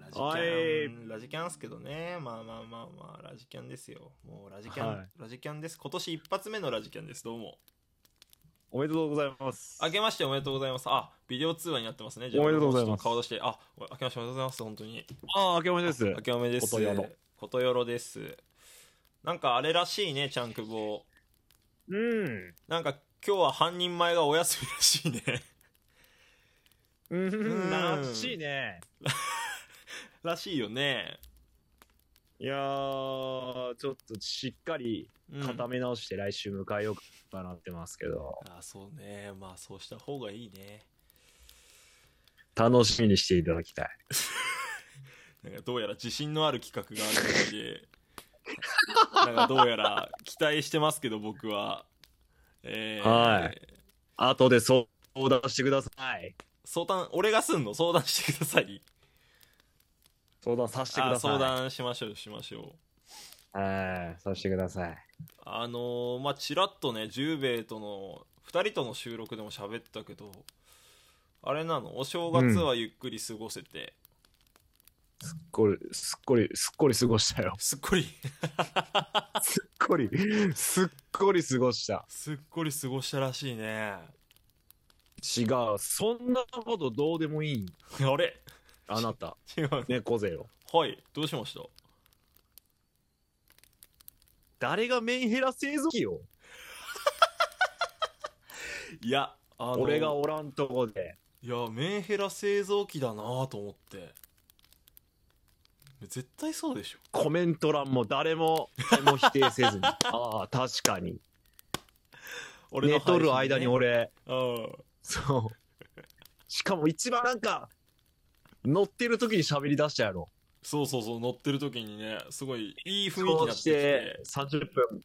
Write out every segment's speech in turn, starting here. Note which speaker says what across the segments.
Speaker 1: ラジキャン、ラジキャンっすけどね。まあまあまあまあ、ラジキャンですよ。もうラジキャン、
Speaker 2: はい
Speaker 1: ラジキャンです。今年一発目のラジキャンです。どうも。
Speaker 2: おめでとうございます。
Speaker 1: 明けましておめでとうございます。あ、ビデオ通話になってますね。じゃあ
Speaker 2: おめでとうございます
Speaker 1: 顔出して、あ、お明けましておめでとうございます。本当に。
Speaker 2: ああ、明けおめでとう
Speaker 1: 明
Speaker 2: です。
Speaker 1: けおめです。
Speaker 2: ことよろ
Speaker 1: ことよろです。なんかあれらしいね、ちゃんくぼ。
Speaker 2: うん。
Speaker 1: なんか今日は半人前がお休みらしいね。
Speaker 2: うんん、らしいね。
Speaker 1: らしいよね。
Speaker 2: いやー、ちょっとしっかり
Speaker 1: うん
Speaker 2: 固め直して来週迎えようかなってますけど、
Speaker 1: あ、そうね。まあそうした方がいいね。
Speaker 2: 楽しみにしていただきたい。
Speaker 1: なんかどうやら自信のある企画があるみたい で、なんかどうやら期待してますけど、僕は。えー、
Speaker 2: はい。後で相談してください。
Speaker 1: 相談、俺がすんの相談してください。
Speaker 2: 相談させてく
Speaker 1: あ
Speaker 2: ださい。
Speaker 1: 相。談しましょう、しましょう。
Speaker 2: はい、させてください。
Speaker 1: あのーまあちらっとね十兵衛との2人との収録でも喋ったけどあれなのお正月はゆっくり過ごせて、。
Speaker 2: これ、すっこり、すっこり過ごしたよ
Speaker 1: すっこり
Speaker 2: すっこり、すっこり過ごした。
Speaker 1: すっこり過ごしたらしいね
Speaker 2: 違う。そんなことどうでもいい。
Speaker 1: あれ
Speaker 2: あなた、
Speaker 1: 違う
Speaker 2: 猫背よ。
Speaker 1: はいどうしました
Speaker 2: 誰がメンヘラ製造機よ。
Speaker 1: いやあの
Speaker 2: 俺がおらんとこで。
Speaker 1: いやメンヘラ製造機だなと思って絶対そうでしょ
Speaker 2: コメント欄も誰も、誰も否定 せずに。ああ、確かに。
Speaker 1: 俺
Speaker 2: 寝
Speaker 1: の配
Speaker 2: と
Speaker 1: 信でね
Speaker 2: る間に俺、
Speaker 1: うん
Speaker 2: そう。しかも一番なんか、乗ってる時に喋り出したやろ。
Speaker 1: そうそうそう乗ってる時にねすごいいい雰囲気に
Speaker 2: そ
Speaker 1: な
Speaker 2: う
Speaker 1: ってき
Speaker 2: してて、30分。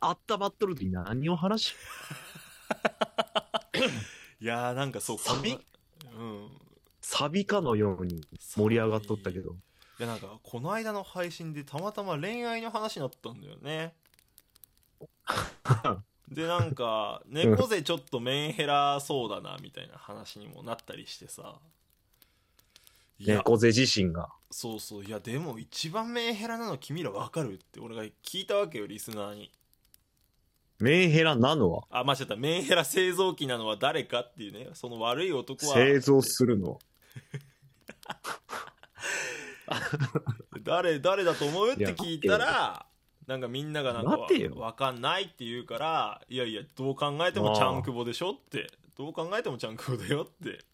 Speaker 2: あったまっとる時に何を話し、
Speaker 1: いやーなんかそう
Speaker 2: サビ
Speaker 1: こんなうん
Speaker 2: サビかのように盛り上がっとったけ
Speaker 1: い
Speaker 2: ど。
Speaker 1: やなんかこの間の配信でたまたま恋愛の話になったんだよ ねでなんか猫背ちょっとメンヘラそうだなみたいな話にもなったりしてさいや
Speaker 2: 猫背自身が。
Speaker 1: そうそういやでも一番メンヘラなの君らわかるって俺が聞いたわけよリスナーに
Speaker 2: メンヘラなのは
Speaker 1: あ間違ったメンヘラ製造機なのは誰かっていうねその悪い男は
Speaker 2: 製造するのは
Speaker 1: 誰誰だと思うっ
Speaker 2: い
Speaker 1: て
Speaker 2: や
Speaker 1: 聞いたらなんかみんながなんかわ
Speaker 2: 待てよ
Speaker 1: わかんないって言うからいやいやどう考えてもちゃんくぼでしょってどう考えてもちゃんくぼだよって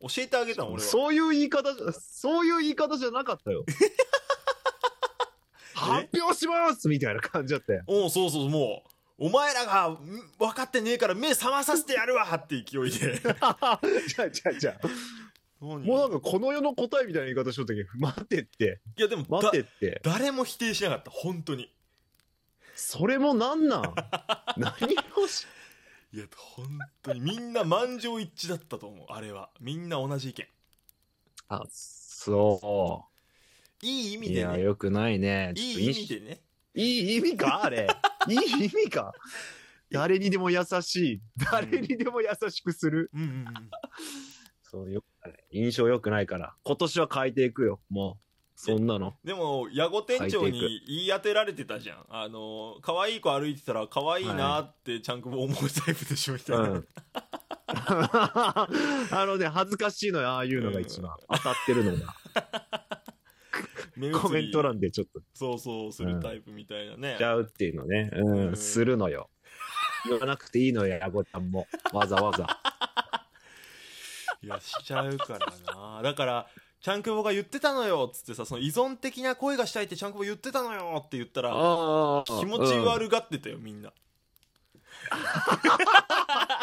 Speaker 1: 教えてあげたの俺は
Speaker 2: そういう言い方じゃ、そういう言い方じゃなかっ たよ。発表しますみたいな感じだ ったよ。
Speaker 1: おうそうそうもうお前らがん分かってねえから目覚まさせてやるわって勢いで
Speaker 2: じゃあじゃあじゃあ
Speaker 1: 何
Speaker 2: もうなんかこの世の答えみたいな言い方しとったけど、待ってって、
Speaker 1: いやでも
Speaker 2: 待
Speaker 1: だ
Speaker 2: ってって。
Speaker 1: 誰も否定しなかった本当に
Speaker 2: それもなんなん 何をし、
Speaker 1: いや本当にみんな満場一致だったと思うあれはみんな同じ意見
Speaker 2: あ、そ
Speaker 1: いい意
Speaker 2: う。
Speaker 1: 味
Speaker 2: い
Speaker 1: で
Speaker 2: や、
Speaker 1: ね
Speaker 2: よくないね。
Speaker 1: い
Speaker 2: ちょっと
Speaker 1: い意味でね
Speaker 2: いい意味か あれ。いい意味か誰にでも優しい。誰にでも優しくする。
Speaker 1: うんうんうん
Speaker 2: そう、よくない印象良くないから。今年は変えていくよ、もう。そんなの。
Speaker 1: でも、矢後店長
Speaker 2: 入
Speaker 1: に言い当てられてたじゃん。あの、可愛い子歩いてたら、可愛いなって、ちゃんくぼ思うタイプでしょ、みたいな。
Speaker 2: うん。 あのね、恥ずかしいのよ、ああいうのが一番。当たってるの が。
Speaker 1: 目移り
Speaker 2: コメント欄でちょっと
Speaker 1: そうそう、するタイプみたいなね。
Speaker 2: ちゃうっていうのね。
Speaker 1: う
Speaker 2: うんん、するのよ。言わなくていいのよ、ヤゴちゃんも。わざ わざ。
Speaker 1: いや、しちゃうからな。だから、ちゃんくぼが言ってたのよ、つってさ、その依存的な声がしたいってちゃんくぼ言ってたのよって言ったら、
Speaker 2: あ
Speaker 1: 気持ち悪がってたよ、みんな。
Speaker 2: い。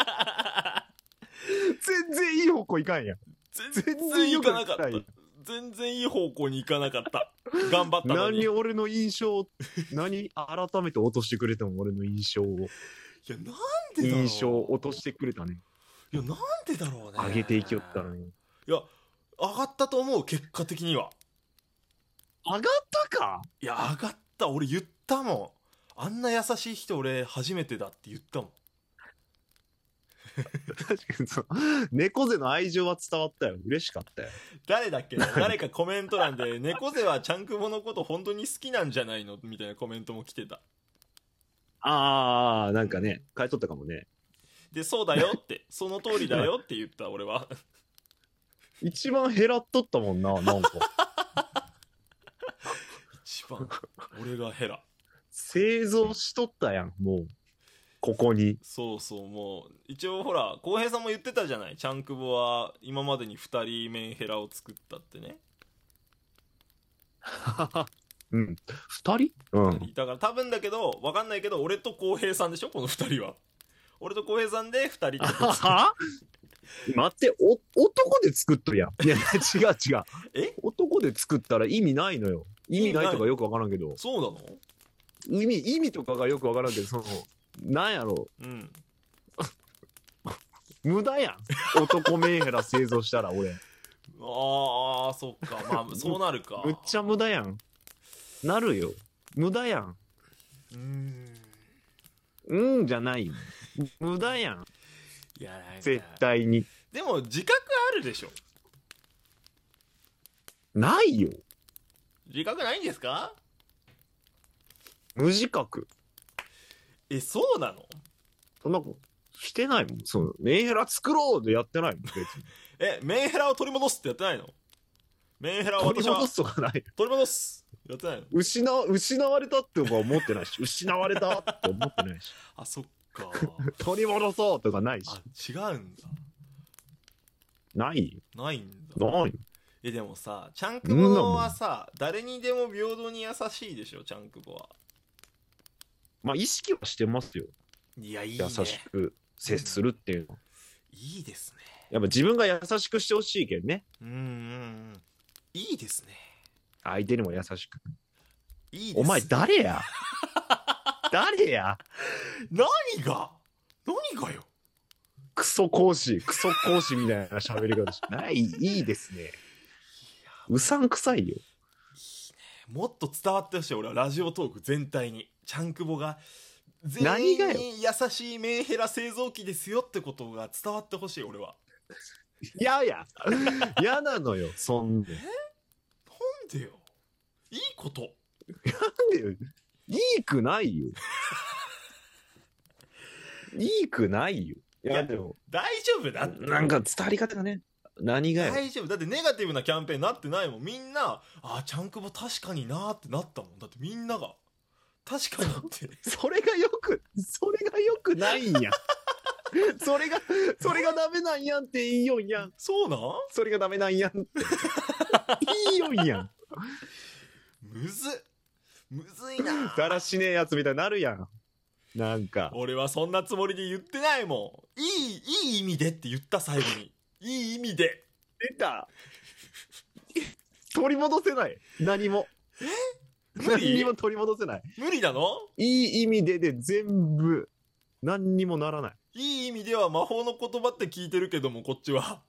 Speaker 2: 全然いい方向いかんやん。
Speaker 1: 全
Speaker 2: 全
Speaker 1: 然
Speaker 2: 然
Speaker 1: い
Speaker 2: 良
Speaker 1: か
Speaker 2: く
Speaker 1: な
Speaker 2: な
Speaker 1: か
Speaker 2: か
Speaker 1: っ
Speaker 2: ったた。
Speaker 1: 全然いい方向に行かなかった。頑張ったのに。
Speaker 2: 何
Speaker 1: い
Speaker 2: 俺の印象、何改めて落としてくれたも俺の印象 を。
Speaker 1: や、なんでだろう。
Speaker 2: 印象落としてくれたね。
Speaker 1: いや、なんでだろうね。
Speaker 2: 上げていきよったのに。
Speaker 1: いや、上がったと思う、結果的には。
Speaker 2: 上がったか
Speaker 1: いや、上がった。俺言ったもん。あんな優しい人俺初めてだって言ったもん。
Speaker 2: 確かにそう。猫背の愛情は伝わったよ。嬉しかったよ。
Speaker 1: 誰だっけ な誰かコメント欄で、猫背はちゃんくぼのこと本当に好きなんじゃないのみたいなコメントも来てた。
Speaker 2: ああ、なんかね、買い取ったかもね。
Speaker 1: で、そうだよって、その通りだよって言った、俺は。
Speaker 2: 一番減らっとったもんな、なんか。
Speaker 1: 一番、俺がヘラ。
Speaker 2: 製造しとったやん、もう。ここ に。
Speaker 1: そうそう、もう、一応ほら、浩平さんも言ってたじゃない。ちゃんくぼは今までに二人メンヘラを作ったってね。
Speaker 2: うん。二人うん。
Speaker 1: だから多分だけど、わかんないけど、俺と浩平さんでしょこの二人は。俺と浩平さんで二人
Speaker 2: は待って、お、男で作っとるやん。いや、違う違う。
Speaker 1: え
Speaker 2: 男で作ったら意味ないのよ。意味ないとかよくわからんけど。
Speaker 1: そうなの
Speaker 2: 意味、意味とかがよくわからんけど、その、なんやろ
Speaker 1: うん。
Speaker 2: う。無駄やん。男メンヘラ製造したら 俺。
Speaker 1: ああ、そっか。まあ、そうなるか。
Speaker 2: むっちゃ無駄やん。なるよ。無駄やん。
Speaker 1: うーん。
Speaker 2: うんじゃないよ。無駄やん。
Speaker 1: いや、なん
Speaker 2: 絶
Speaker 1: か。
Speaker 2: 対に。
Speaker 1: でも、自覚あるでしょ。
Speaker 2: ないよ。
Speaker 1: 自覚ないんですか
Speaker 2: 無自覚。
Speaker 1: え、そうなの
Speaker 2: そんなことしてないもん。そのメンヘラ作ろうでやってないもん。別 に。
Speaker 1: え、メンヘラを取り戻すってやってないのメンヘラを
Speaker 2: 取
Speaker 1: 私
Speaker 2: り
Speaker 1: は
Speaker 2: 戻すとかない。
Speaker 1: 取り戻すやってないの
Speaker 2: 失わ、失われたって僕は思ってないし、失われたって思ってな いし、
Speaker 1: あ、そっ か。
Speaker 2: 取り戻そうとかないし、
Speaker 1: あ、違うんだ。
Speaker 2: ないよ。
Speaker 1: ないんだ。
Speaker 2: ないよ。
Speaker 1: え、でもさ、チャンクボはさ、誰にでも平等に優しいでしょ、チャンクボは。
Speaker 2: まあ、意識はしてますよ。
Speaker 1: いや、いいね
Speaker 2: 優。しく接するっていうのは。
Speaker 1: いいですね。
Speaker 2: やっぱ自分が優しくしてほしいけどね。
Speaker 1: うんうんうん。いいですね。
Speaker 2: 相手にも優しく。
Speaker 1: いいですね
Speaker 2: お前誰や 誰や
Speaker 1: 何が何がよ
Speaker 2: クソ講師、クソ講師みたいな喋り方しない、いいですね。うさんくさいよ。
Speaker 1: もっと伝わってほしい俺はラジオトーク全体にチャンクボが全
Speaker 2: 何
Speaker 1: 員
Speaker 2: がよ
Speaker 1: に優しいメンヘラ製造機ですよってことが伝わってほしい俺はい
Speaker 2: やいや、嫌なのよ、そん
Speaker 1: な
Speaker 2: な。
Speaker 1: んでよいいこと
Speaker 2: なんでよ、いいくないよ。いいくないよ。い
Speaker 1: いや
Speaker 2: や、でも、
Speaker 1: 大丈夫だって
Speaker 2: なんか伝わり方がね、何がよ。
Speaker 1: 大丈夫だってネガティブなキャンペーンになってないもんみんなあチャンクボ確かになーってなったもんだってみんなが確かにって
Speaker 2: それがよく、それがよくないん や。それが、それがダメなんやんって言いよんやん。
Speaker 1: そうなん
Speaker 2: それがダメなんやんって。言いよんやん。
Speaker 1: むずっむずい な
Speaker 2: だらしねえやつみたいになるやん。なんか。
Speaker 1: 俺はそんなつもりで言ってないもん。いい、いい意味でって言った最後に。いい意味で。
Speaker 2: 出た取り戻せない。何も。
Speaker 1: 無理
Speaker 2: 何にも取り戻せない。
Speaker 1: 無理なの
Speaker 2: いい意味でで全部、何にもならない。
Speaker 1: いい意味では魔法の言葉って聞いてるけども、こっち は。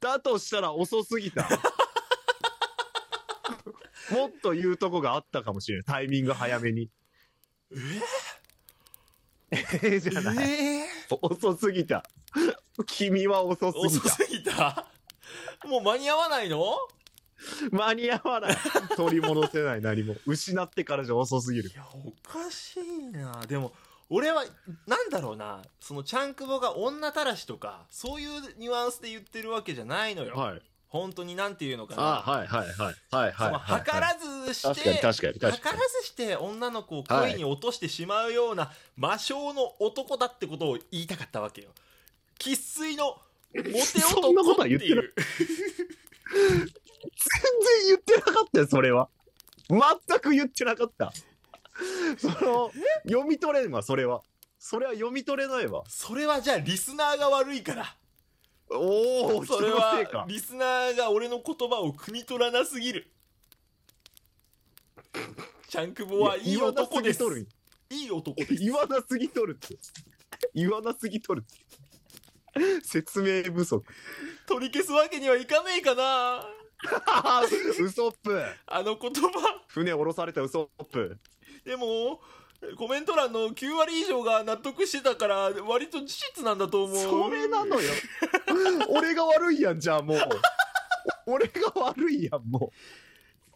Speaker 2: だとしたら遅す ぎた。もっと言うとこがあったかもしれない。タイミング早めに。ええ じゃない。
Speaker 1: え
Speaker 2: 遅すぎた。君は遅すぎ
Speaker 1: 遅
Speaker 2: た。
Speaker 1: すぎたもう間に合わないの
Speaker 2: 間に合わない。取り戻せない何も。失ってからじゃ遅すぎる
Speaker 1: い。や、おかしいな。でも、俺は、なんだろうな。その、ちゃんくぼが女たらしとか、そういうニュアンスで言ってるわけじゃないのよ。
Speaker 2: はい。
Speaker 1: 本当になんていうのかな。
Speaker 2: あはいはいはい。はい
Speaker 1: そ
Speaker 2: はい
Speaker 1: の、
Speaker 2: はい。
Speaker 1: 計らずして、
Speaker 2: 確かに確かに確
Speaker 1: 図
Speaker 2: からに。
Speaker 1: ずして女の子を恋に落としてしまうような魔性の男だってことを言いたかったわけよ生粋のモテ
Speaker 2: そんな
Speaker 1: 男
Speaker 2: こと
Speaker 1: っ
Speaker 2: は
Speaker 1: て
Speaker 2: 言って
Speaker 1: い
Speaker 2: ないう全然言ってなかったよ、それは。全く言ってなかった。その、読み取れんわ、それは。それは読み取れないわ。
Speaker 1: それはじゃあリスナーが悪いから
Speaker 2: お お、
Speaker 1: それ
Speaker 2: 人のせい
Speaker 1: は
Speaker 2: か。
Speaker 1: リスナーが俺の言葉を汲み取らなすぎるチャンクボはいい男です
Speaker 2: 言わなすぎとる。
Speaker 1: いい男です
Speaker 2: 言わなすぎとるって。言わなすぎとるって。説明不 足。
Speaker 1: 取り消すわけにはいかねえかな
Speaker 2: あ ーウソップ。
Speaker 1: あの言葉
Speaker 2: 船降ろされたウソップ。
Speaker 1: でもコメント欄の9割以上が納得してたから割と事実なんだと思う
Speaker 2: それなのよ 俺が悪いやんじゃあもう 俺が悪いやんも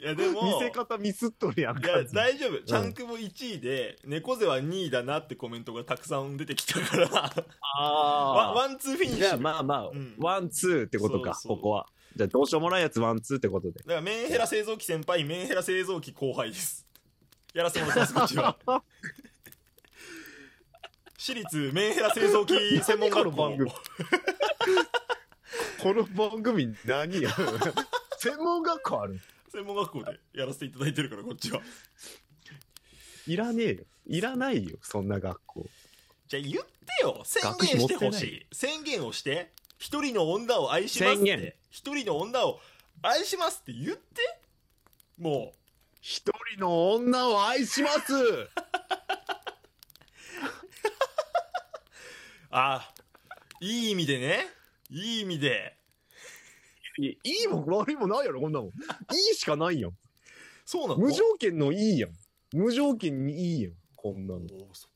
Speaker 1: いやで
Speaker 2: う
Speaker 1: も
Speaker 2: 見せ方ミスっとるやん
Speaker 1: いや
Speaker 2: か
Speaker 1: 大丈夫チャンクも1位で、猫背は2位だなってコメントがたくさん出てきたからワン
Speaker 2: あ
Speaker 1: ワンツーフィニッ
Speaker 2: じ
Speaker 1: シュ
Speaker 2: ゃあまあまあ、
Speaker 1: うん
Speaker 2: ワンツーってことか
Speaker 1: そうそう
Speaker 2: ここはじゃあどうしようもないやつワンツーってことで
Speaker 1: だからメンヘラ製造機先輩メンヘラ製造機後輩ですやらせてもらってますこっち は私立メンヘラ製造機専門学
Speaker 2: 何こ
Speaker 1: 校
Speaker 2: の番組 この番組何や 専門学校ある
Speaker 1: 専門学校でやらせていただいてるからこっちはい
Speaker 2: らねえよいらないよそんな学校
Speaker 1: じゃあ言ってよ宣
Speaker 2: 学
Speaker 1: 言
Speaker 2: 費
Speaker 1: して
Speaker 2: 持って
Speaker 1: ほ
Speaker 2: ない
Speaker 1: しい宣言をして一人の女を愛しますっ
Speaker 2: 宣言
Speaker 1: て一人の女を愛しますって言っても
Speaker 2: 一人の女を愛します
Speaker 1: うあいい意味でねいい意味で
Speaker 2: いいいいも悪いもないやろこんなもんいいしかないやん
Speaker 1: そうなの
Speaker 2: 無条件のいいやん無条件にいいやんこんなの
Speaker 1: おーそ